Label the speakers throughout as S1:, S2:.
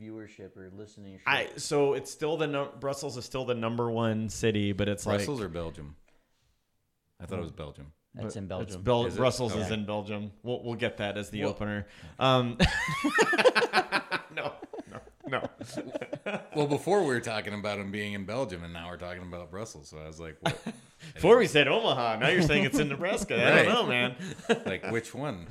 S1: viewership or listening.
S2: I so it's still the num- Brussels is still the number one city, but it's
S3: Brussels
S2: like
S3: or Belgium? I thought it was Belgium.
S1: that's in
S2: it's
S1: Belgium.
S2: Bel-
S3: Is it?
S2: Brussels is
S3: Okay.
S2: in Belgium. We'll we'll get that as the
S3: Well-
S2: opener. Um, no, no, no.
S3: Well, before we were talking about him being in Belgium, and now we're talking about Brussels. So I was like, what?
S2: Before we said Omaha, now you're saying it's in Nebraska. I
S3: Right.
S2: don't know, man.
S3: like which one?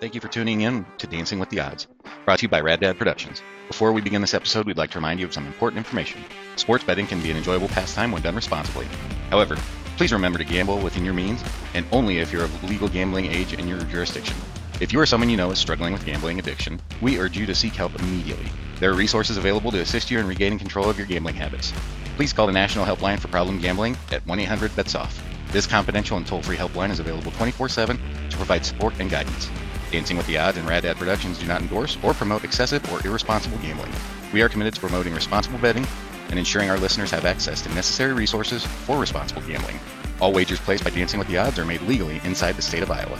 S4: Thank you for tuning in to Dancing with the Odds, brought to you by Rad Dad Productions. Before we begin this episode, we'd like to remind you of some important information. Sports betting can be an enjoyable pastime when done responsibly. However, please remember to gamble within your means and only if you're of legal gambling age in your jurisdiction. If you or someone you know is struggling with gambling addiction, we urge you to seek help immediately. There are resources available to assist you in regaining control of your gambling habits. Please call the National Helpline for Problem Gambling at 1 800 BETS OFF. This confidential and toll free helpline is available 24 7 to provide support and guidance. Dancing with the Odds and Rad Dad Productions do not endorse or promote excessive or irresponsible gambling. We are committed to promoting responsible betting and ensuring our listeners have access to necessary resources for responsible gambling. All wagers placed by Dancing with the Odds are made legally inside the state of Iowa.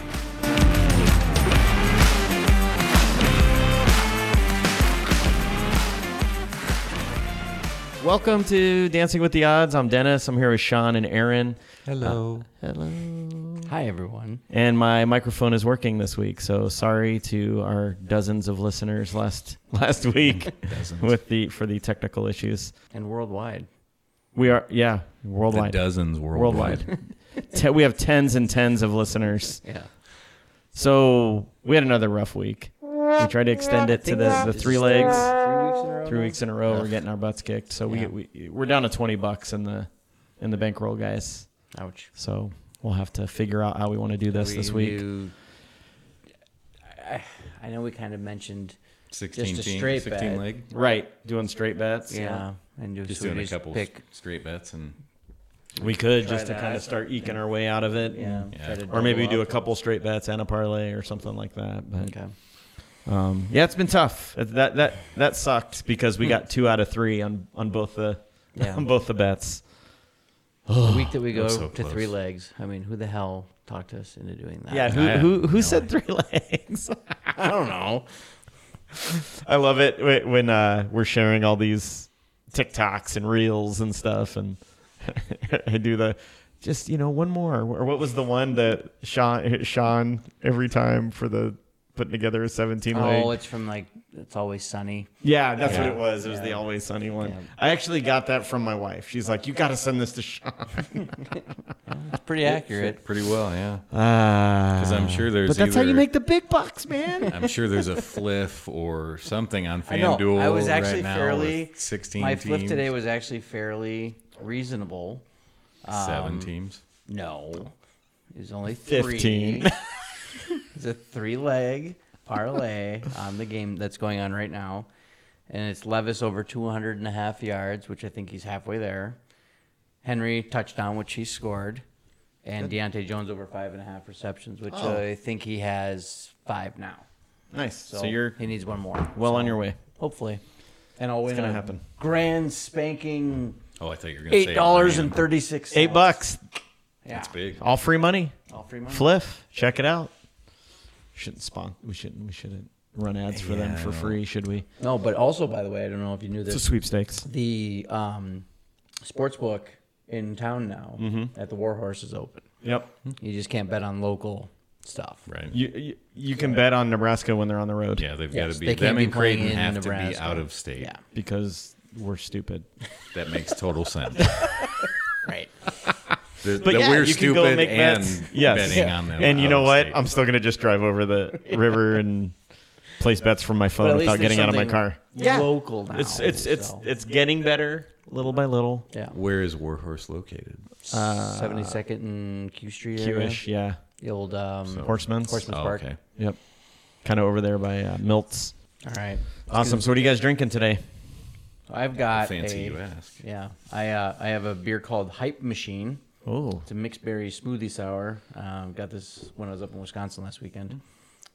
S2: Welcome to Dancing with the Odds. I'm Dennis. I'm here with Sean and Aaron.
S5: Hello.
S2: Hello.
S5: Hi, everyone.
S2: And my microphone is working this week, so sorry to our dozens of listeners last last week with the for the technical issues.
S5: And worldwide.
S2: We are yeah
S3: The
S2: worldwide
S3: dozens worldwide.
S2: worldwide. Te- we have tens and tens of listeners.
S5: Yeah.
S2: So we had another rough week. We tried to extend it to the, the three legs.
S5: Three weeks in a row.
S2: Three weeks in a row, we're getting our butts kicked. So
S5: Yeah.
S2: we, we we're down to twenty bucks in the in the bankroll, guys.
S5: Ouch.
S2: So we'll have to figure out how we want to do this this
S5: We
S2: week.
S5: do- I, I know we kind of mentioned,
S3: Sixteen
S5: Just a
S3: team,
S5: straight
S3: sixteen
S5: bet.
S3: leg.
S2: Right, doing straight bets.
S5: yeah, and do
S3: Just
S5: so we
S3: doing a
S5: just
S3: couple
S5: pick,
S3: s- straight bets and
S2: We could
S5: Try
S2: just to
S5: that.
S2: kind of start eking our way out of it.
S5: yeah,
S2: and-
S5: try to
S2: Mm-hmm. Or maybe we do
S5: double
S2: a couple straight bets and a parlay or something like that. But
S5: up. Okay.
S2: um, yeah, it's been tough. That that that sucked because we got two out of three on on both the
S5: Yeah.
S2: on both the bets.
S5: the week that we go
S3: was so
S5: to three
S3: close.
S5: legs. I mean, who the hell talked us into doing that?
S2: Yeah, who
S3: I-
S2: who, who said three legs?
S5: I don't know.
S2: I love it whe- when uh, we're sharing all these TikToks and reels and stuff, and I do the just you know one more or what was the one that Sean Sean every time for the putting together a seventeen leg.
S5: Oh, it's from like it's always sunny.
S2: yeah, that's what
S5: Yeah.
S2: it was. It was the
S5: Yeah.
S2: always sunny one.
S5: Yeah.
S2: I actually got that from my wife. She's like, you got to send this to Sean.
S5: It's pretty accurate.
S3: pretty well, yeah.
S2: Because
S3: I'm sure there's
S2: Ah. But that's how you
S3: either-
S2: make the big bucks, man.
S3: I'm sure there's a fliff or something on
S5: I know.
S3: FanDuel.
S5: I was actually
S3: right now
S5: fairly.
S3: with sixteen.
S5: My
S3: teams,
S5: flip today was actually fairly reasonable. um,
S3: seven teams.
S5: No, it was only three.
S2: 15.
S5: it's a three leg parlay on the game that's going on right now. And it's Levis over 200 and a half yards, which I think he's halfway there. Henry touchdown, which he scored. And Deontay Jones over five and a half receptions, which
S2: Oh.
S5: I think he has five now.
S2: nice.
S5: So,
S2: So, you're
S5: he needs one more.
S2: well
S5: So,
S2: on your way.
S5: hopefully. And I'll win
S2: gonna
S5: a
S2: happen.
S5: grand spanking
S3: Oh, I thought you were gonna say
S5: eight dollars and thirty six
S2: Eight bucks,
S5: Yeah.
S3: That's big.
S2: all free money.
S5: All free money.
S2: Fliff, check it out. Shouldn't spawn. We shouldn't. We shouldn't run ads for them
S3: Yeah, I
S2: for
S3: know.
S2: free, should we?
S5: No, but also by the way, I don't know if you knew this.
S2: It's a sweepstakes.
S5: the um, sports book in town now
S2: Mm-hmm.
S5: at the Warhorse is open.
S2: Yep.
S5: You just can't bet on local stuff.
S3: Right.
S2: You you, you can bet on Nebraska when they're on the road.
S3: Yeah, they've got
S5: Yes,
S3: to be.
S5: they can't
S3: them
S5: be
S3: and
S5: playing
S3: Creighton
S5: in
S3: have to be
S5: Nebraska.
S3: out of state.
S5: Yeah.
S2: Because we're stupid.
S3: That makes total sense.
S5: Right.
S3: The,
S2: But
S3: the
S2: yeah,
S3: we're
S2: you can
S3: stupid
S2: go make
S3: and
S2: bets. Yes.
S3: betting on them.
S2: and you
S3: out
S2: know
S3: of
S2: what?
S3: state.
S2: I'm still gonna just drive over the river and place bets from my phone without getting out of my car.
S5: Local now.
S2: It's it's it's
S5: so.
S2: it's getting better little by little.
S5: yeah.
S3: Where is Warhorse located?
S5: Seventy second and Q Street area.
S2: Uh, Q-ish, yeah.
S5: The old um,
S3: Oh,
S2: Horseman's.
S5: Horseman's Park.
S3: okay.
S2: Yep. Kind of over there by uh, Milt's.
S5: All right.
S2: Awesome. So what are you guys drinking today?
S5: I've got
S3: Fancy
S5: a-
S3: you ask.
S5: Yeah. I uh, I have a beer called Hype Machine.
S2: Oh,
S5: It's a mixed berry smoothie sour. Um, got this when I was up in Wisconsin last weekend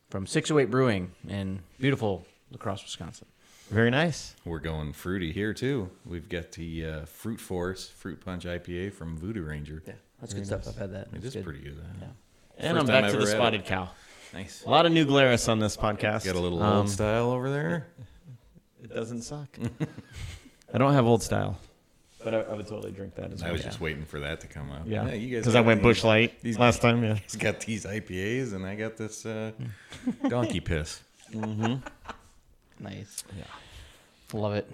S5: from 608 Brewing in beautiful Lacrosse, Wisconsin.
S2: very nice.
S3: We're going fruity here too. We've got the uh, Fruit Force Fruit Punch IPA from Voodoo Ranger.
S5: Yeah, that's good stuff. I've had that.
S3: it
S5: It's
S3: is
S5: good.
S3: pretty good. huh?
S5: Yeah.
S2: And
S3: First
S2: I'm
S3: time
S2: back
S3: I
S2: to the
S3: ever had
S2: spotted
S3: it.
S2: cow.
S3: Nice.
S2: A lot of new Glarus on this podcast.
S3: Got a little
S2: Um,
S3: old style over there.
S2: that doesn't suck. I don't have old style, but I, I would totally drink that as well.
S3: I was just waiting for that to come up.
S2: yeah,
S3: you guys.
S2: because I
S3: got
S2: went
S3: these-
S2: Bush Light
S3: these-
S2: last time. Yeah,
S3: He's got these IPAs, and I got this uh, donkey piss.
S5: Nice. Love it.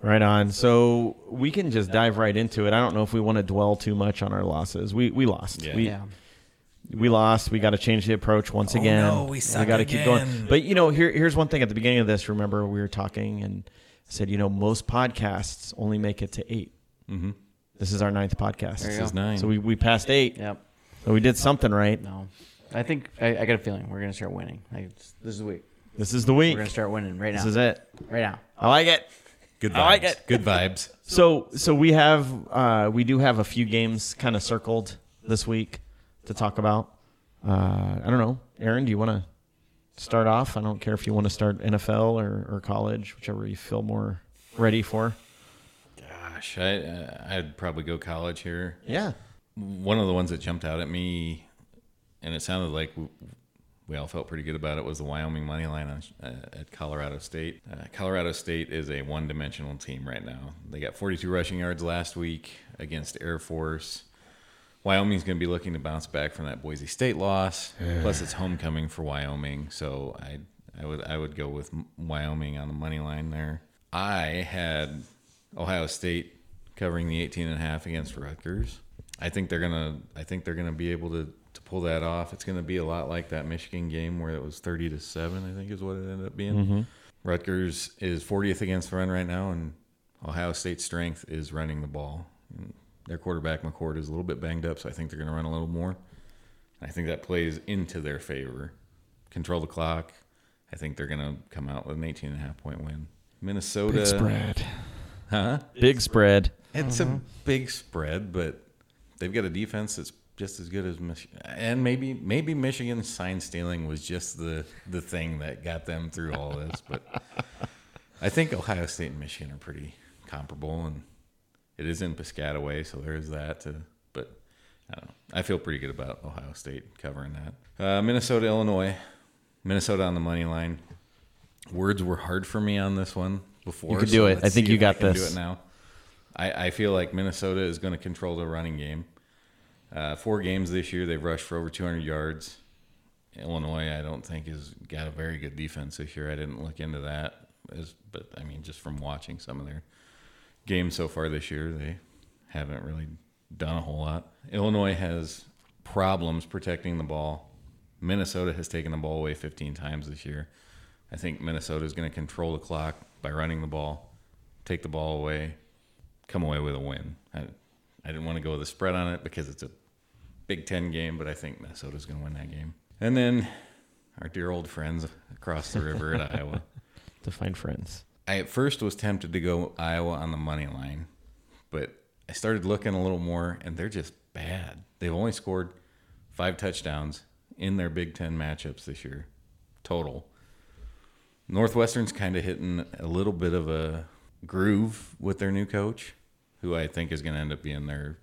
S2: right on. So we can just dive right into it. I don't know if we want to dwell too much on our losses. We we lost.
S3: Yeah.
S2: We,
S5: Yeah. Oh,
S2: we lost. We got to change the approach once again.
S1: no, we suck
S2: gotta keep going.
S1: again.
S2: But you know, here here's one thing. At the beginning of this, remember we were talking and I said, you know, most podcasts only make it to 8 Mm-hmm. This is our ninth podcast.
S5: There you This is go.
S3: nine.
S2: So we, we passed eight.
S5: Yep.
S2: So we did something right.
S5: No. I think I, I got a feeling we're gonna start winning. Like it's, this is the week.
S2: This is the week.
S5: We're gonna start winning right now.
S2: This is it.
S5: Right now.
S2: I like it.
S3: Good vibes.
S2: Oh, I like it.
S3: Good vibes.
S2: So so we have uh, we do have a few games kind of circled this week to talk about. Uh, I don't know, Aaron. Do you want to start off? I don't care if you want to start NFL or, or college, whichever you feel more ready for.
S3: Gosh, I, uh, I'd probably go college here.
S2: Yeah,
S3: One of the ones that jumped out at me, and it sounded like w- we all felt pretty good about it, was the Wyoming money line on, uh, at Colorado State. Uh, Colorado State is a one-dimensional team right now. They got 42 rushing yards last week against Air Force. Wyoming's going to be looking to bounce back from that Boise State loss. Plus, it's homecoming for Wyoming, so I I would I would go with M- Wyoming on the money line there. I had Ohio State covering the 18 and a half against Rutgers. I think they're gonna I think they're gonna be able to to pull that off. It's gonna be a lot like that Michigan game where it was 30 to seven. I think is what it ended up being. Rutgers is 40th against the run right now, and Ohio State's strength is running the ball. And Their quarterback McCord is a little bit banged up, so I think they're going to run a little more. And I think that plays into their favor. Control the clock. I think they're going to come out with an 18 and a half point win. Minnesota.
S2: big spread.
S3: Huh?
S2: Big spread.
S3: It's a big spread, but they've got a defense that's just as good as Michigan. And maybe maybe Michigan's sign stealing was just the the thing that got them through all this. But I think Ohio State and Michigan are pretty comparable, and it is in Piscataway, so there is that. To, but I don't know. I feel pretty good about Ohio State covering that. Uh, Minnesota, Illinois, Minnesota on the money line. Words were hard for me on this one before.
S2: You could do it.
S3: let's
S2: I think
S3: see
S2: you
S3: if
S2: got
S3: can
S2: this.
S3: Do it now. I, I feel like Minnesota is going to control the running game. Uh, four games this year, they've rushed for over 200 yards. Illinois, I don't think has got a very good defense this year. I didn't look into that, as, but I mean, just from watching some of their games so far this year, they haven't really done a whole lot. Illinois has problems protecting the ball. Minnesota has taken the ball away 15 times this year. I think Minnesota is going to control the clock by running the ball, take the ball away, come away with a win. I, I didn't want to go with a spread on it because it's a Big Ten game, but I think Minnesota's going to win that game. And then our dear old friends across the river at Iowa.
S2: To find friends.
S3: I at first was tempted to go Iowa on the money line, but I started looking a little more, and they're just bad. They've only scored five touchdowns in their Big Ten matchups this year, total. Northwestern's kind of hitting a little bit of a groove with their new coach, who I think is going to end up being their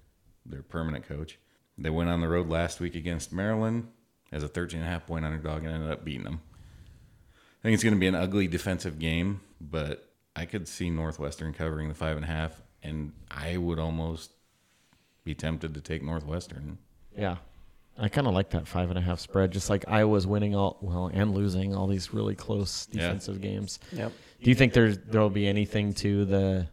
S3: their permanent coach. They went on the road last week against Maryland as a 13 and a half point underdog and ended up beating them. I think it's going to be an ugly defensive game, but I could see Northwestern covering the five and a half, and I would almost be tempted to take Northwestern.
S2: Yeah. I kind of like that five and a half spread, just like Iowa's winning all well and losing all these really close
S3: Yeah.
S2: defensive games.
S5: Yep.
S2: Do you think there's there'll be anything to the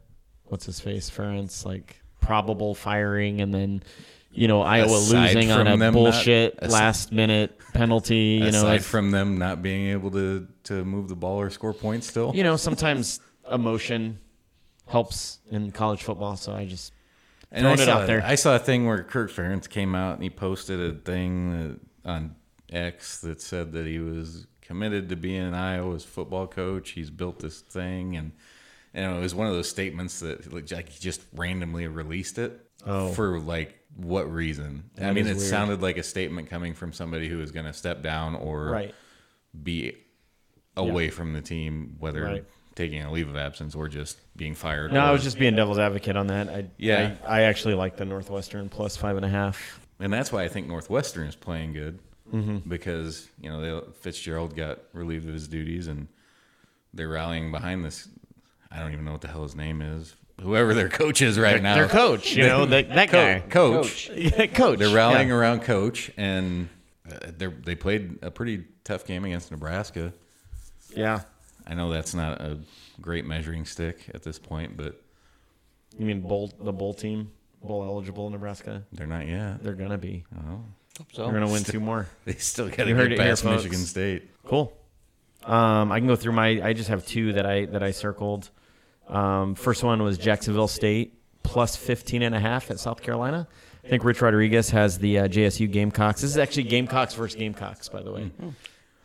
S2: what's his face Ference like probable firing and then you know Iowa
S3: Aside
S2: losing on
S3: from
S2: a
S3: them not-
S2: bullshit
S3: as-
S2: last minute penalty? You know,
S3: Aside
S2: if-
S3: from them not being able to to move the ball or score points, still,
S2: you know sometimes emotion helps in college football. So I just
S3: and
S2: throwing
S3: I
S2: it
S3: saw,
S2: out there.
S3: I saw a thing where Kirk Ferentz came out and he posted a thing that, on X that said that he was committed to being Iowa's football coach. He's built this thing, and and it was one of those statements that it looked like he just randomly released it.
S2: Oh.
S3: for like what reason? I mean,
S2: is
S3: it
S2: weird.
S3: sounded like a statement coming from somebody who is going to step down or be away from the team, whether
S2: Right.
S3: taking a leave of absence or just being fired.
S2: No, I
S3: or-
S2: was just being devil's advocate on that. I,
S3: Yeah.
S2: I, I actually like the Northwestern plus five and a half.
S3: and that's why I think Northwestern is playing good because you know they, Fitzgerald got relieved of his duties and they're rallying behind this. I- I don't even know what the hell his name is. Whoever their coach is right now.
S2: Their coach, you know, that, that guy.
S3: Coach.
S2: Yeah, coach.
S3: They're rallying
S2: Yeah.
S3: around Coach, and uh, they they played a pretty tough game against Nebraska.
S2: Yeah.
S3: I know that's not a great measuring stick at this point, but
S2: You mean bowl the bowl team, bowl eligible Nebraska?
S3: they're not yet.
S2: They're gonna be.
S5: So
S2: They're gonna win two more.
S3: They still got to
S2: You heard
S3: get
S2: it here,
S3: past
S2: folks.
S3: Michigan State.
S2: Cool. Um, I can go through my. I just have two that I that I circled. Um, first one was Jacksonville State plus 15 and a half at South Carolina. I think Rich Rodriguez has the uh, JSU Gamecocks. This is actually Gamecocks versus Gamecocks, by the way.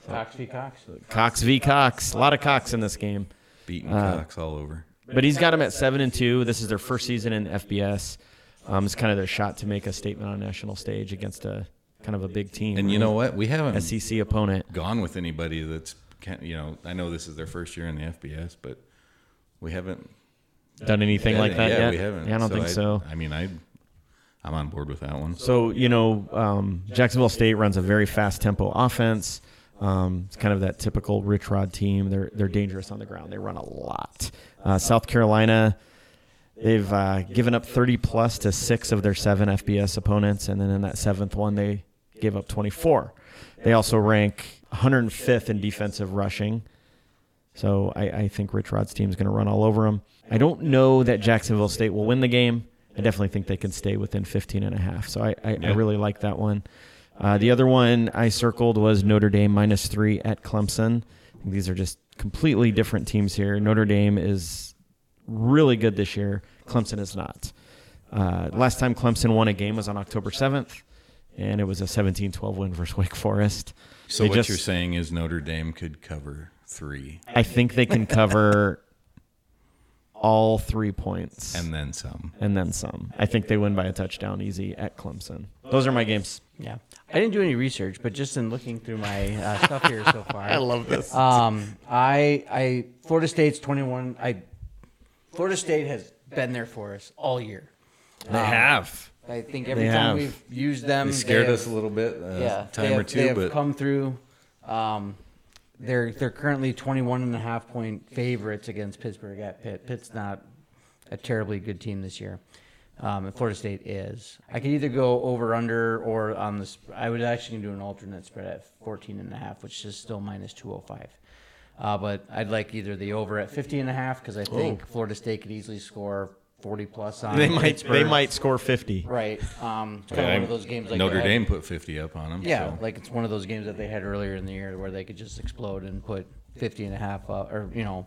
S5: Cox v Cox.
S2: Cox v Cox. A lot of Cox in this game.
S3: Beating
S2: Uh,
S3: Cox all over.
S2: But he's got them at seven and two. This is their first season in FBS. Um, it's kind of their shot to make a statement on a national stage against a kind of a big team.
S3: And you know what? We haven't
S2: SEC opponent.
S3: gone with anybody that's can- you know. I know this is their first year in the FBS, but we haven't
S2: Done anything like that
S3: yeah,
S2: yet?
S3: we haven't.
S2: Yeah, I don't think so.
S3: I mean, I I'm on board with that one.
S2: So you know, um, Jacksonville State runs a very fast tempo offense. Um, it's kind of that typical Rich Rod team. They're they're dangerous on the ground. They run a lot. Uh, South Carolina, they've uh, given up 30 plus to six of their seven FBS opponents, and then in that seventh one, they gave up 24. They also rank 105th in defensive rushing. So I, I think Rich Rod's team is going to run all over them. I don't know that Jacksonville State will win the game. I definitely think they can stay within 15 and a half. So I, I, I
S3: Yeah.
S2: really like that one. Uh, the other one I circled was Notre Dame minus three at Clemson. I think these are just completely different teams here. Notre Dame is really good this year. Clemson is not. Uh, last time Clemson won a game was on October 7th, and it was a 17-12 win versus Wake Forest.
S3: So
S2: They
S3: what
S2: just-
S3: you're saying is Notre Dame could cover three
S2: I think they can cover all three points
S3: and then some.
S2: and then some. I think they win by a touchdown easy at Clemson. Those are my games.
S5: Yeah, I didn't do any research, but just in looking through my uh, stuff here so far, I
S2: love this.
S5: Um, I, I, Florida State's twenty-one. I, Florida State has been there for us all year.
S3: They have.
S5: I think every
S2: They
S5: time
S2: have.
S5: we've used them,
S3: They scared
S5: Mm. have-
S3: us a little bit, uh,
S5: Yeah, they
S3: time
S5: have, they
S3: or two,
S5: have
S3: but
S5: come through. Um, they're they're currently 21 and a half point favorites against Pittsburgh at Pitt. Pitt's not a terribly good team this year. Um, and Florida State is. I could either go over under or on the. sp- I would actually do an alternate spread at 14 and a half, which is still minus 205. Uh, but I'd like either the over at 50 and a half because I
S3: Oh.
S5: think Florida State could easily score 40 plus on.
S2: They might they
S5: Pittsburgh.
S2: might score 50.
S5: Right. Um, it's kind of one of those games like
S3: Notre
S5: that.
S3: Dame put 50 up on them.
S5: Yeah,
S3: so.
S5: like it's one of those games that they had earlier in the year where they could just explode and put 50 and a half up, or, you know,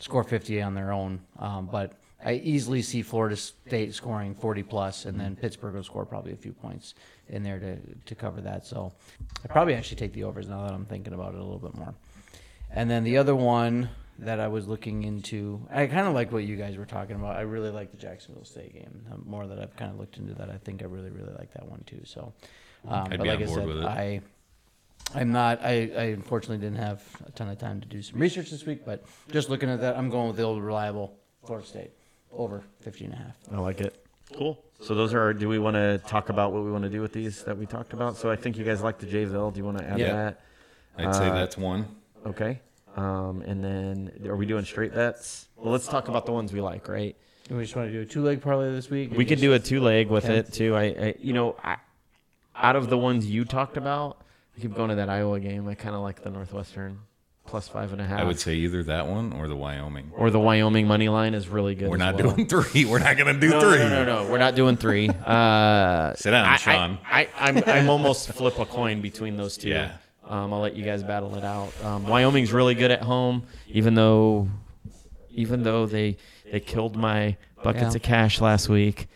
S5: score 50 on their own. Um, but I easily see Florida State scoring 40 plus, and then Pittsburgh will score probably a few points in there to, to cover that. So I probably actually take the overs now that I'm thinking about it a little bit more. And then the other one that I was looking into, I kind of like what you guys were talking about. I really like the Jacksonville State game. The more that I've kind of looked into that, I think I really, really like that one too. So, um,
S3: I'd
S5: but
S3: be
S5: like
S3: on
S5: I
S3: board
S5: said,
S3: with it.
S5: I, I'm not. I, I unfortunately didn't have a ton of time to do some research this week, but just looking at that, I'm going with the old reliable Florida State over 50 and a half.
S2: I like it. Cool. So those are our, do we want to talk about what we want to do with these that we talked about? So I think you guys like the Jayville. Do you want to add
S3: Yeah.
S2: that?
S3: I'd
S2: uh,
S3: say that's one.
S2: Okay. Um, and then are we doing straight bets? Well, let's talk about the ones we like, right?
S5: And we just want to do a two leg parlay this week.
S2: We could do a two leg with
S5: Okay.
S2: it too. I, I you know, I, out of the ones you talked about, I keep going to that Iowa game. I kind of like the Northwestern plus five and a half.
S3: I would say either that one or the Wyoming.
S2: uh, or the Wyoming money line is really good.
S3: We're
S2: as
S3: not
S2: well.
S3: doing three. We're not going to do
S2: No,
S3: three.
S2: No, no, no, no. We're not doing three. Uh,
S3: Sit down,
S2: I- I-
S3: Sean.
S2: I, am I'm almost flip a coin between those two.
S3: Yeah.
S2: Um, I'll let you guys battle it out. Um, Wyoming's really good at home, even though, even though they they killed my buckets
S5: Yeah.
S2: of cash last week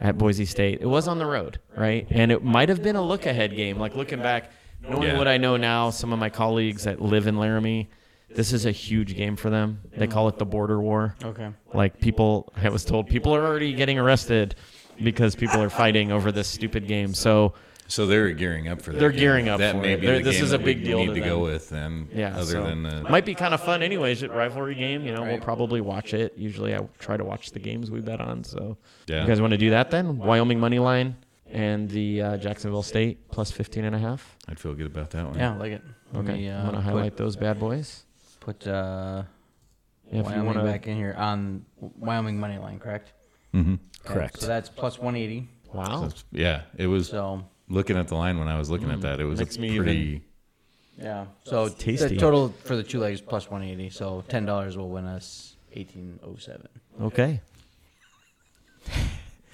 S2: at Boise State. It was on the road, right? And it might have been a look ahead game. Like looking back, knowing
S3: Yeah.
S2: what I know now, some of my colleagues that live in Laramie. This is a huge game for them. They call it the border war.
S5: Okay.
S2: Like people, I was told people are already getting arrested because people are fighting over this stupid game. So
S3: So they're gearing up for that.
S2: They're
S3: game.
S2: gearing up
S3: That
S2: for
S3: may
S2: it.
S3: be
S2: They're-
S3: the
S2: this
S3: game
S2: is a
S3: that
S2: big
S3: we
S2: deal
S3: need
S2: to
S3: to
S2: them.
S3: go with them.
S2: yeah,
S3: Other
S2: so
S3: than uh, the
S2: might be kind of fun anyways. It rivalry game, you know. We'll
S5: Right.
S2: probably watch it. Usually, I try to watch the games we bet on. So
S3: Yeah.
S2: you guys want to do that then? Wyoming money line and the uh, Jacksonville State plus 15 and a half.
S3: I'd feel good about that one.
S5: Yeah, I like it. Let
S2: Okay,
S5: me, uh,
S2: want to
S5: put-
S2: highlight those bad boys?
S5: Put uh,
S2: Yeah, if you
S5: Wyoming
S2: wanna-
S5: back in here on Wyoming money line, correct? Mm-hmm.
S1: Correct.
S5: So that's plus 180.
S2: Wow.
S3: That's- yeah, it was
S5: So
S3: looking at the line when I was looking at that. It was
S2: Mm, Makes
S3: a
S2: me
S3: pretty.
S5: yeah, so
S2: tasty.
S5: the total for the two legs plus 180. So ten dollars will win us 1807.
S2: Okay.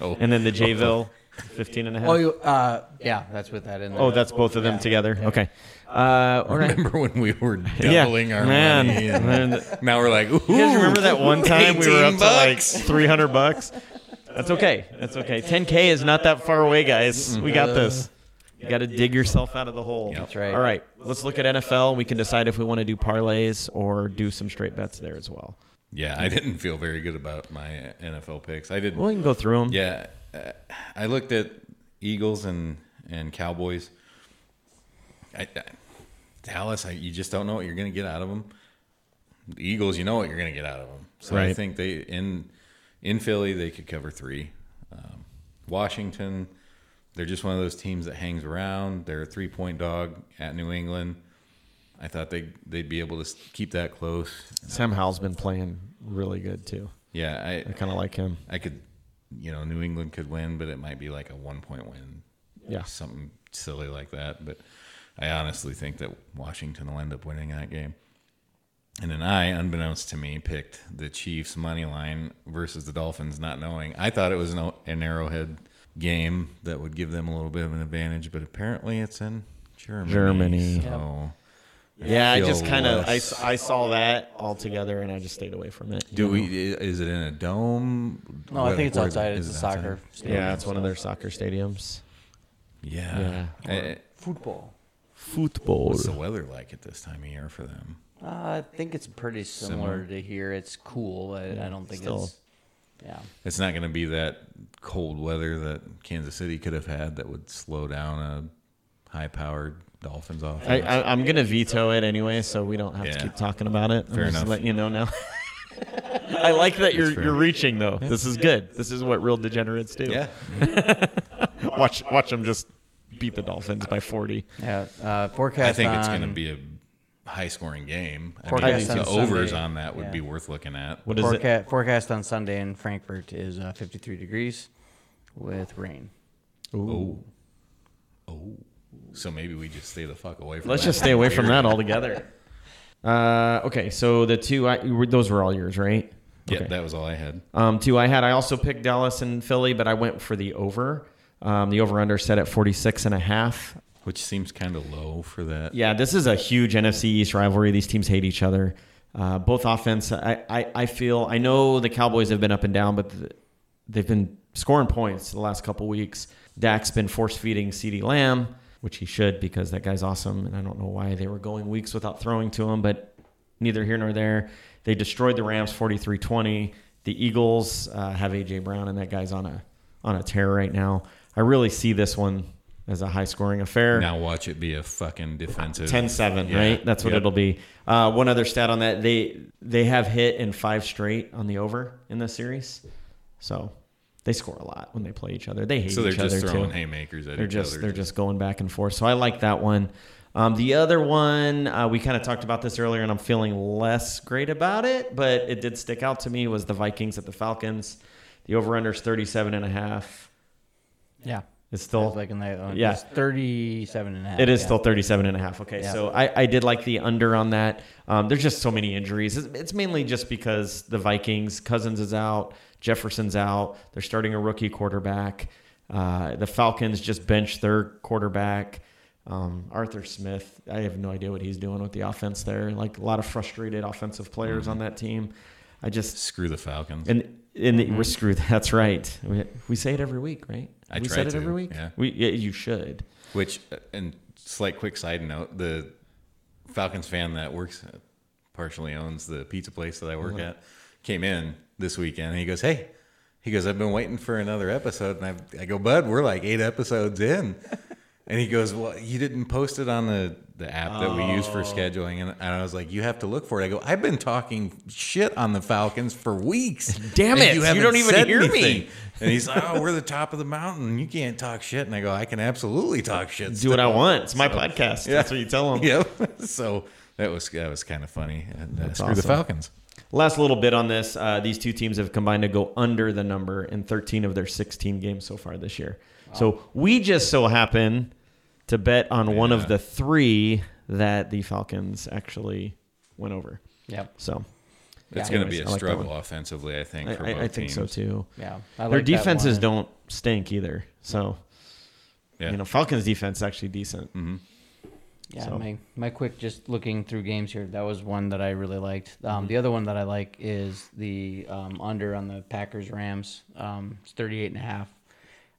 S3: Oh,
S2: And then the Jville, 15 and a half.
S5: Oh, you, uh, yeah, that's with that in there.
S2: Oh, that's both of them
S5: Yeah.
S2: together. Okay. Uh, all right.
S3: remember when we were
S2: Yeah.
S3: doubling our
S2: Man.
S3: money? And
S2: Man.
S3: now we're like,
S2: You guys remember that one time we were up
S3: 18
S2: to
S3: bucks.
S2: like 300 bucks? That's okay. That's okay. 10K is not that far away, guys. We got this. You got to dig yourself out of the hole.
S3: That's
S5: right.
S2: All Uh, right. Let's look at NFL. We can decide if we want to do parlays or do some straight bets there as well.
S3: Yeah, I didn't feel very good about my NFL picks. I didn't.
S2: Well, we can go through them.
S3: Yeah, uh, I looked at Eagles and and Cowboys. I, I, Dallas, I, you just don't know what you're going to get out of them. The Eagles, you know what you're going to get out of them. So I
S2: Right.
S3: think they in in Philly they could cover three. Um, Washington, they're just one of those teams that hangs around. They're a three point dog at New England. I thought they they'd be able to s- keep that close.
S2: Sam Howell's been playing really good, too.
S3: Yeah, I
S2: I kind of like him.
S3: I could, you know, New England could win, but it might be like a one point win.
S2: Yeah.
S3: Something silly like that. But I honestly think that Washington will end up winning that game. And then I, unbeknownst to me, picked the Chiefs money line versus the Dolphins, not knowing. I thought it was an, o- an arrowhead game that would give them a little bit of an advantage, but apparently it's in Germany.
S2: Germany.
S3: So
S2: Yeah, I
S3: feel
S2: just kind of I,
S3: less-
S2: I saw that all together and I just stayed away from it.
S3: do we? i- Is it in a dome?
S5: No, I
S3: What-
S5: think it's
S3: where-
S5: outside. It's
S3: is
S5: a
S3: it outside?
S5: soccer. stadium,
S2: Yeah, it's one of
S5: so-
S2: their soccer stadiums.
S3: Yeah.
S2: Yeah.
S3: Eh,
S5: football.
S2: Football.
S3: What's the weather like at this time of year for them?
S5: Uh, I think it's pretty similar, to here. It's cool. I, I don't think
S2: still-
S5: it's. Yeah.
S3: It's not going to be that cold weather that Kansas City could have had that would slow down a high-powered Dolphins
S2: I,
S3: offense.
S2: I, I'm gonna veto it anyway, so we don't have to
S3: Yeah.
S2: keep talking about it.
S3: Fair
S2: I'm just
S3: enough.
S2: letting you know now. I like that you're
S3: fair.
S2: you're reaching though. This is good. This is what real degenerates do.
S3: yeah,
S2: Watch watch them just beat the Dolphins by 40.
S5: Yeah. Uh, forecast.
S3: I think it's going to
S5: on-
S3: be a high-scoring game. I mean, I
S5: Forecast
S3: think the
S5: on
S3: overs
S5: Sunday.
S3: on that would
S5: Yeah.
S3: be worth looking at.
S2: What is it?
S5: Forecast, forecast on Sunday in Frankfurt is uh, 53 degrees with rain.
S3: Oh, oh. So maybe we just stay the fuck away from.
S2: Let's
S3: that.
S2: just stay away from that altogether. Uh, okay, so the two I, you were- those were all yours, right?
S3: Yeah,
S2: Okay.
S3: that was all I had.
S2: Um, two I had. I also picked Dallas and Philly, but I went for the over. Um, the over under set at 46 and a half.
S3: Which seems kind of low for that.
S2: Yeah, this is a huge NFC East rivalry. These teams hate each other. Uh, both offense, I, I, I feel, I know the Cowboys have been up and down, but the, they've been scoring points the last couple weeks. Dak's been force feeding CeeDee Lamb, which he should because that guy's awesome. And I don't know why they were going weeks without throwing to him, but neither here nor there. They destroyed the Rams 43 20. The Eagles uh, have A.J. Brown, and that guy's on a, on a tear right now. I really see this one as a high scoring affair.
S3: Now watch it be a fucking defensive
S2: 10-7
S3: Yeah.
S2: right that's what
S3: Yep.
S2: it'll be uh, one other stat on that they they have hit in five straight on the over in this series so they score a lot when they play each other they hate
S3: So they're
S2: each
S3: just
S2: other
S3: throwing
S2: too
S3: haymakers at
S2: they're
S3: each
S2: just
S3: other.
S2: they're just going back and forth so i like that one um, the other one uh, we kind of talked about this earlier and i'm feeling less great about it but it did stick out to me was the vikings at the falcons the over under is 37 and a half
S5: Yeah.
S2: it's still
S5: like in that one.
S2: Yeah.
S5: It's 37 and a half.
S2: It is
S5: yeah.
S2: still 37 and a half. Okay.
S5: Yeah.
S2: So I, I did like the under on that. Um, there's just so many injuries. It's, it's mainly just because the Vikings, Cousins is out, Jefferson's out. They're starting a rookie quarterback. Uh, the Falcons just benched their quarterback. Um, Arthur Smith, I have no idea what he's doing with the offense there. Like a lot of frustrated offensive players on
S3: Mm-hmm.
S2: that team. I just,
S3: screw the Falcons.
S2: and, and we're screwed. That's right. We, we say it every week, right?
S3: Mm-hmm. I
S2: we
S3: try
S2: said it
S3: to,
S2: every week.
S3: yeah.
S2: We, yeah, you should.
S3: Which, uh, and slight quick side note, the Falcons fan that works, uh, partially owns the pizza place that I work
S2: Uh-huh.
S3: at, came in this weekend and he goes, Hey, he goes, I've been waiting for another episode. And I, I go, Bud, we're like eight episodes in. And he goes, Well, you didn't post it on the, the app that we use for
S2: Oh.
S3: scheduling. And, and I was like, You have to look for it. I go, I've been talking shit on the Falcons for weeks.
S2: Damn
S3: and
S2: it, you don't
S3: haven't
S2: even
S3: said
S2: hear me."
S3: And he's like, Oh, we're the top of the mountain. You can't talk shit. And I go, I can absolutely talk shit.
S2: do what I want. It's my podcast. That's what you tell them.
S3: Yep. So that was that was kind of funny. And, uh, screw the
S2: awesome.
S3: Falcons.
S2: Last little bit on this. Uh, these two teams have combined to go under the number in 13 of their 16 games so far this year. So we just so happen to bet on one
S3: Yeah.
S2: of the three that the Falcons actually went over.
S5: Yep.
S2: So
S3: It's
S5: Yeah.
S3: going to be
S2: Anyways,
S3: a
S2: I like that
S3: struggle
S2: one.
S3: offensively, I think.
S2: I,
S3: for
S2: I,
S3: both
S2: I think so
S3: teams.
S2: too.
S5: Yeah.
S2: Their defenses don't stink either. So
S3: Yeah. Mm.
S2: you know, Falcons defense is actually decent.
S5: Yeah,
S2: So-
S5: my, my quick just looking through games here. That was one that I really liked.
S2: Mm-hmm.
S5: Um, The other one that I like is the um, under on the Packers Rams. Um, it's 38 and a half.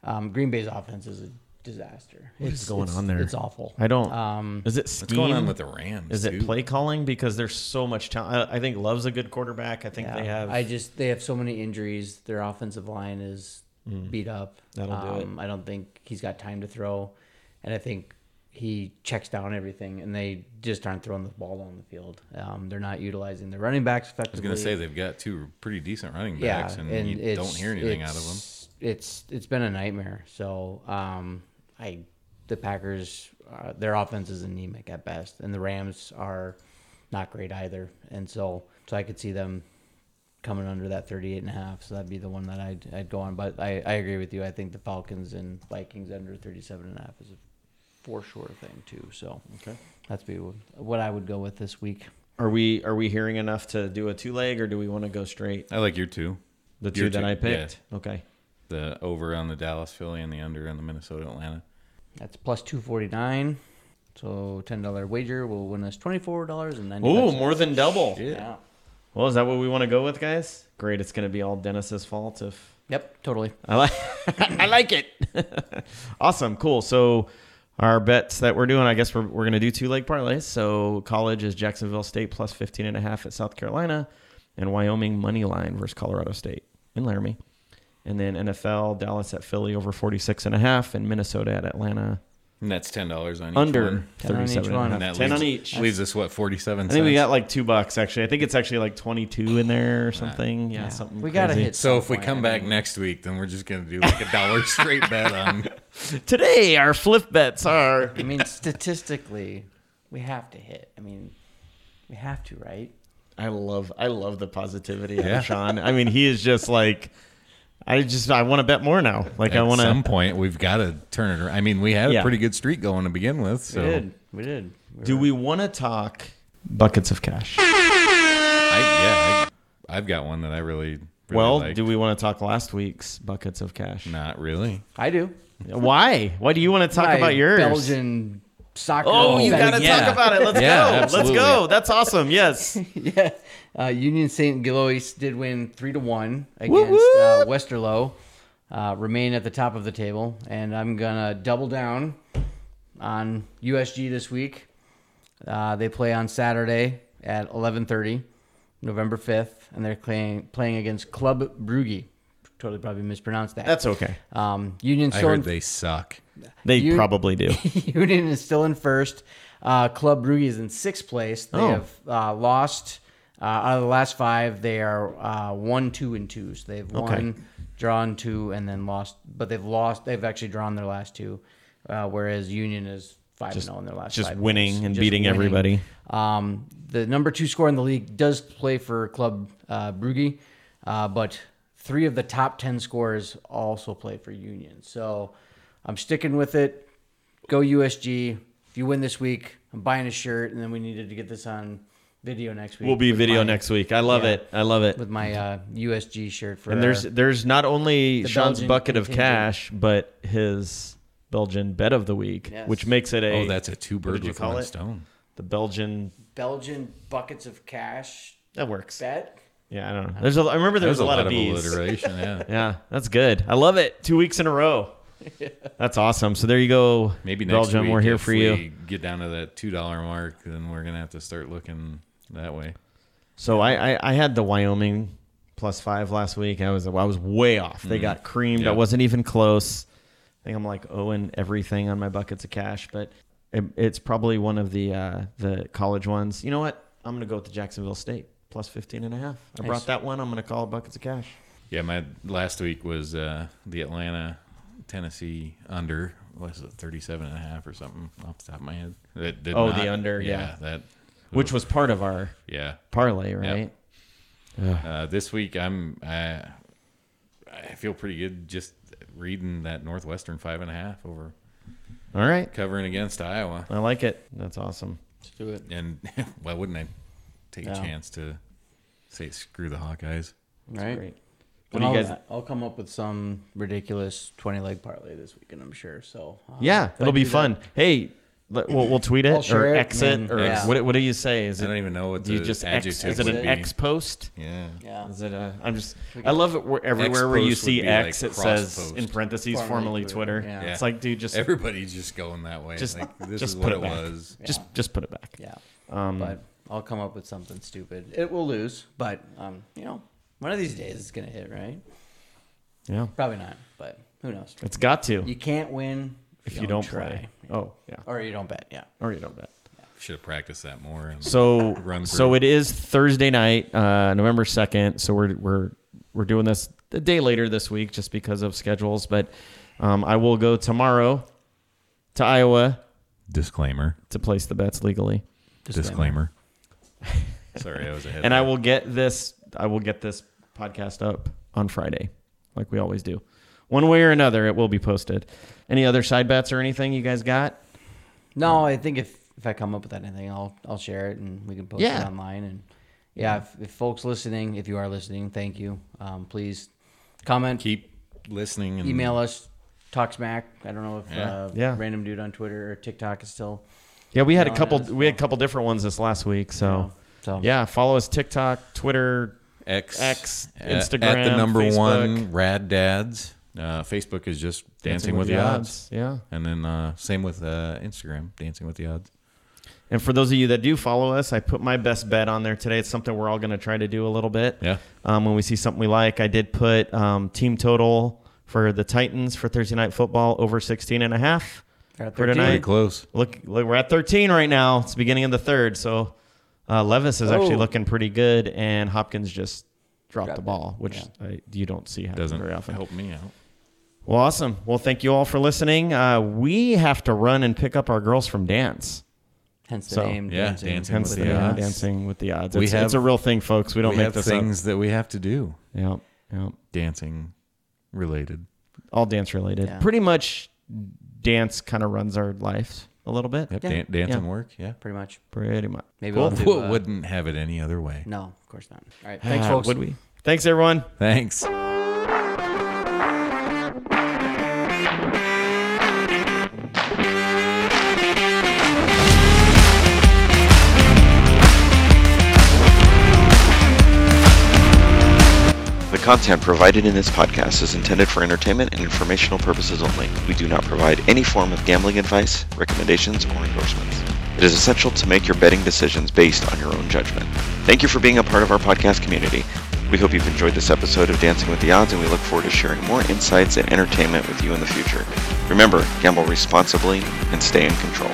S5: Um, Green Bay's offense is a disaster. What
S2: is going on there?
S5: It's awful.
S2: I don't.
S5: Um,
S2: is it scheme?
S3: What's going on with the Rams?
S2: Is it
S3: dude?
S2: play calling? Because there's so much talent. I, I think Love's a good quarterback. I think
S5: yeah,
S2: they have.
S5: I just they have so many injuries. Their offensive line is beat up.
S2: Mm. That'll do it.
S5: um, I don't think he's got time to throw, and I think he checks down everything, and they just aren't throwing the ball on the field. Um, they're not utilizing their running backs
S3: I was
S5: effectively.
S3: going to say they've got two pretty decent running
S5: yeah,
S3: backs,
S5: and,
S3: and, you don't
S5: it's-
S3: hear anything out of them.
S5: it's- It's it's been a nightmare. So um, I the Packers uh, their offense is anemic at best, and the Rams are not great either. And so so I could see them coming under that 38 and a half so that'd be the one that I'd, I'd go on but I, I agree with you I think the Falcons and Vikings under 37 and a half is a for sure thing too so okay that's be what I would go with this week
S2: are we are we hearing enough to do a two leg, or do we want to go straight
S3: I like your two.
S2: the two
S3: Your
S2: that
S3: two,
S2: I picked? Okay.
S3: The over on the Dallas Philly and the under on the Minnesota Atlanta.
S5: That's plus two forty nine. So ten dollar wager will win us twenty four dollars and ninety.
S2: Ooh, more than double.
S5: Yeah.
S2: Well, is that what we want to go with, guys? Great. It's going to be all Dennis's fault if
S5: Yep. Totally.
S2: I like I like it. awesome, cool. So our bets that we're doing, I guess we're, we're going to do two leg parlays. So college is Jacksonville State plus 15 and a half at South Carolina and Wyoming money line versus Colorado State in Laramie. And then NFL Dallas at Philly over 46 and a half and Minnesota at Atlanta
S3: And that's ten dollars on each
S2: under
S3: one.
S5: 10 on each
S2: 37
S5: one.
S2: and a
S3: And
S2: half.
S3: that
S2: 10
S3: leaves,
S2: on each.
S3: leaves us what forty seven.
S2: I think we got like 2 bucks actually. I think it's actually like 22 in there or something. Yeah,
S5: Yeah.
S2: something
S5: We gotta
S2: crazy.
S5: hit
S3: So if we
S5: Something,
S3: come
S5: I
S3: back
S5: mean.
S3: next week, then we're just going to do like a dollar straight bet on.
S2: Today our flip bets are
S5: I mean, statistically, we have to hit. I mean, we have to, right?
S2: I love I love the positivity
S3: Yeah.
S2: of Sean. I mean, he is just like I just I want to bet more now. Like I
S3: At
S2: want
S3: some
S2: to
S3: point, we've got to turn it around. I mean, we had
S2: Yeah.
S3: a pretty good streak going to begin with. So
S5: We did. We did. We
S2: Do
S5: were-
S2: we want to talk buckets of cash?
S3: I, yeah, I, I've got one that I really, really
S2: well,
S3: liked.
S2: do we want to talk last week's buckets of cash?
S3: Not really.
S5: I do.
S2: Why? Why do you want to talk
S5: My
S2: about yours?
S5: Belgian soccer.
S2: Oh, you
S5: bet.
S2: got to
S3: yeah.
S2: talk about it. Let's
S3: Yeah,
S2: go.
S3: absolutely.
S2: Let's go. That's awesome. Yes.
S5: yeah. Uh, Union Saint Gilloise did win three to one
S2: Whoop,
S5: against Uh,
S2: whoop.
S5: Westerlo. Uh, remain at the top of the table, and I'm gonna double down on USG this week. Uh, they play on Saturday at 11:30, November 5th, and they're playing playing against Club Brugge. Totally probably mispronounced that.
S2: That's okay.
S5: um, Union.
S3: I
S5: still in-
S3: heard they suck.
S2: They
S5: You-
S2: probably do.
S5: Union is still in first. Uh, Club Brugge is in sixth place. They
S2: Oh.
S5: have uh, lost uh, out of the last five. They are uh, one, two, and two. So they've won, drawn two, and then lost. But they've lost. They've actually drawn their last two, uh, whereas Union is five and zero in their last.
S2: just
S5: five
S2: winning
S5: games.
S2: and beating everybody.
S5: Um, the number two scorer in the league does play for Club uh, Brugge, uh, but three of the top ten scorers also play for Union. So I'm sticking with it. Go USG. If you win this week, I'm buying a shirt, and then we needed to get this on video next week.
S2: We'll be
S5: with
S2: video
S5: my-
S2: next week. I love
S5: Yeah.
S2: it. I love it.
S5: with my uh, USG shirt for.
S2: And there's
S5: our-
S2: there's not only
S5: the
S2: Sean's
S5: Belgian
S2: bucket of
S5: contingent.
S2: cash, but his Belgian bet of the week,
S5: Yes.
S2: which makes it a
S3: Oh, that's a two
S2: did
S3: birds
S2: you
S3: with
S2: call
S3: one
S2: it?
S3: stone.
S2: the Belgian
S5: Belgian buckets of cash
S2: that works.
S5: bet.
S2: Yeah, I don't know. There's a, I remember there was,
S3: There's
S2: a lot, of bees.
S3: alliteration. Yeah,
S2: Yeah, that's good. I love it. Two weeks in a row. That's awesome. So there you go.
S3: maybe next
S2: Belgium,
S3: week
S2: we're here
S3: if
S2: for
S3: we
S2: you.
S3: Get down to that two dollar mark, then we're gonna have to start looking that way.
S2: So I, I I had the Wyoming plus five last week. I was I was way off.
S3: Mm-hmm.
S2: They got creamed. I
S3: Yeah.
S2: wasn't even close. I think I'm like owing everything on my buckets of cash, but it, it's probably one of the uh, the college ones. You know what? I'm gonna go with the Jacksonville State plus 15 and a half. I brought that one. I'm gonna call it buckets of cash.
S3: Yeah, my last week was uh, the Atlanta, Tennessee under was it 37 and a half or something off the top of my head. That did
S2: Oh,
S3: not-
S2: the under, yeah.
S3: that
S2: Which was part of our
S3: yeah
S2: parlay, right?
S3: Uh, this week, I'm I, I feel pretty good just reading that Northwestern five and a half over
S2: All right.
S3: covering against Iowa.
S2: I like it. That's awesome.
S5: Let's do it.
S3: And why wouldn't I take
S5: Yeah.
S3: a chance to say screw the Hawkeyes?
S5: right.
S2: great.
S5: What
S2: What do you
S5: I'll,
S2: guys-
S5: I'll come up with some ridiculous twenty leg parlay this weekend. I'm sure. So um,
S2: Yeah,
S5: if I
S2: it'll be
S5: do that-
S2: fun. Hey, let- we'll, we'll tweet it
S5: I'll share
S2: or
S5: it,
S2: X it
S5: and-
S2: or
S5: Yeah.
S2: what, what do you say? Is
S3: I
S2: it
S3: don't even know what
S2: do you
S3: the
S2: just X?
S3: adjective
S2: Is it
S3: would
S2: an
S3: be.
S2: X post?
S3: Yeah.
S5: Yeah.
S2: Is it a? I'm just. I love it. Where, everywhere
S3: X
S2: where you
S3: post would
S2: see
S3: be like
S2: X, it
S3: cross
S2: says
S3: post.
S2: in parentheses
S5: Formerly
S2: formerly
S5: Twitter,
S2: Twitter.
S5: yeah.
S2: It's like, dude, just
S3: Everybody's just going that way.
S2: just
S3: like, this
S2: just
S3: is
S2: put
S3: what
S2: it
S3: it
S2: back.
S3: was.
S2: Just just put it back.
S5: Yeah.
S2: Um,
S5: but I'll come up with something stupid. It will lose, but um, you know, one of these days it's gonna hit, right?
S2: Yeah,
S5: Probably not, but who knows?
S2: it's got to
S5: You can't win
S2: if you don't play.
S5: try.
S2: Oh yeah,
S5: or you don't bet. Yeah.
S2: or you don't bet.
S3: Should have practiced that more. And
S2: So
S3: Run
S2: so
S3: through.
S2: it is Thursday night, uh, November second. So we're we're we're doing this a day later this week just because of schedules. But um, I will go tomorrow to Iowa
S3: disclaimer.
S2: to place the bets legally,
S3: Disclaimer. Sorry, I was ahead.
S2: and
S3: of
S2: I
S3: you.
S2: will get this. I will get this podcast up on Friday, like we always do. One way or another, it will be posted. Any other side bets or anything you guys got?
S5: No, I think if if I come up with anything, I'll I'll share it and we can post it
S2: Yeah.
S5: online. And yeah, if, if folks listening, if you are listening, thank you. Um, please comment,
S3: keep listening and
S5: email us, talk smack. I don't know if
S3: Yeah.
S5: Uh,
S2: Yeah.
S5: random dude on Twitter or TikTok is still.
S2: Yeah, we had a
S5: No,
S2: couple.
S5: that's
S2: We had a couple different ones this last week. So
S5: So
S2: yeah, follow us TikTok, Twitter,
S3: X
S2: X,
S3: a-
S2: Instagram,
S3: at the number
S2: Facebook.
S3: one Rad Dads. Uh, Facebook is just Dancing, with, the odds.
S2: Yeah.
S3: and then uh, same with uh, Instagram, Dancing with the Odds.
S2: And for those of you that do follow us, I put my best bet on there today. It's something we're all going to try to do a little bit.
S3: Yeah.
S2: Um, when we see something we like, I did put um, team total for the Titans for Thursday night football over 16 and a half.
S5: They're at
S2: For
S5: 13.
S2: tonight.
S3: Pretty close.
S2: Look, look, we're at 13 right now. It's the beginning of the third. So uh, Levis is actually
S5: Oh.
S2: looking pretty good, and Hopkins just dropped,
S5: Dropped
S2: the ball,
S5: it.
S2: which
S5: Yeah.
S2: I, you don't see happen
S3: Doesn't
S2: very often.
S3: help me out.
S2: Well, awesome. Well, thank you all for listening. Uh, we have to run and pick up our girls from dance.
S5: Hence the
S2: So,
S5: name.
S3: yeah,
S5: dancing.
S3: dancing
S2: Hence
S3: with
S2: the
S3: the
S2: name,
S3: odds.
S2: dancing with the odds. It's,
S3: We have-
S2: it's a real thing, folks. We don't
S3: we
S2: make
S3: have
S2: this
S3: things that we have to do,
S2: up. Yep, yep.
S3: dancing related.
S2: All dance related.
S5: Yeah.
S2: Pretty much, dance kind of runs our lives a little bit.
S3: Yep,
S5: Yeah.
S3: dan- dance
S2: Yeah.
S3: and work. Yeah,
S5: Pretty much.
S2: Pretty much.
S5: Maybe
S2: Cool.
S5: we'll do.
S3: Who
S5: Uh,
S3: wouldn't have it any other way?
S5: no, of course not. All right. Thanks,
S2: Ah,
S5: folks.
S2: Would we? Thanks, everyone.
S3: Thanks.
S1: The content provided in this podcast is intended for entertainment and informational purposes only. We do not provide any form of gambling advice, recommendations, or endorsements. It is essential to make your betting decisions based on your own judgment. Thank you for being a part of our podcast community. We hope you've enjoyed this episode of Dancing with the Odds, and we look forward to sharing more insights and entertainment with you in the future. Remember, gamble responsibly and stay in control.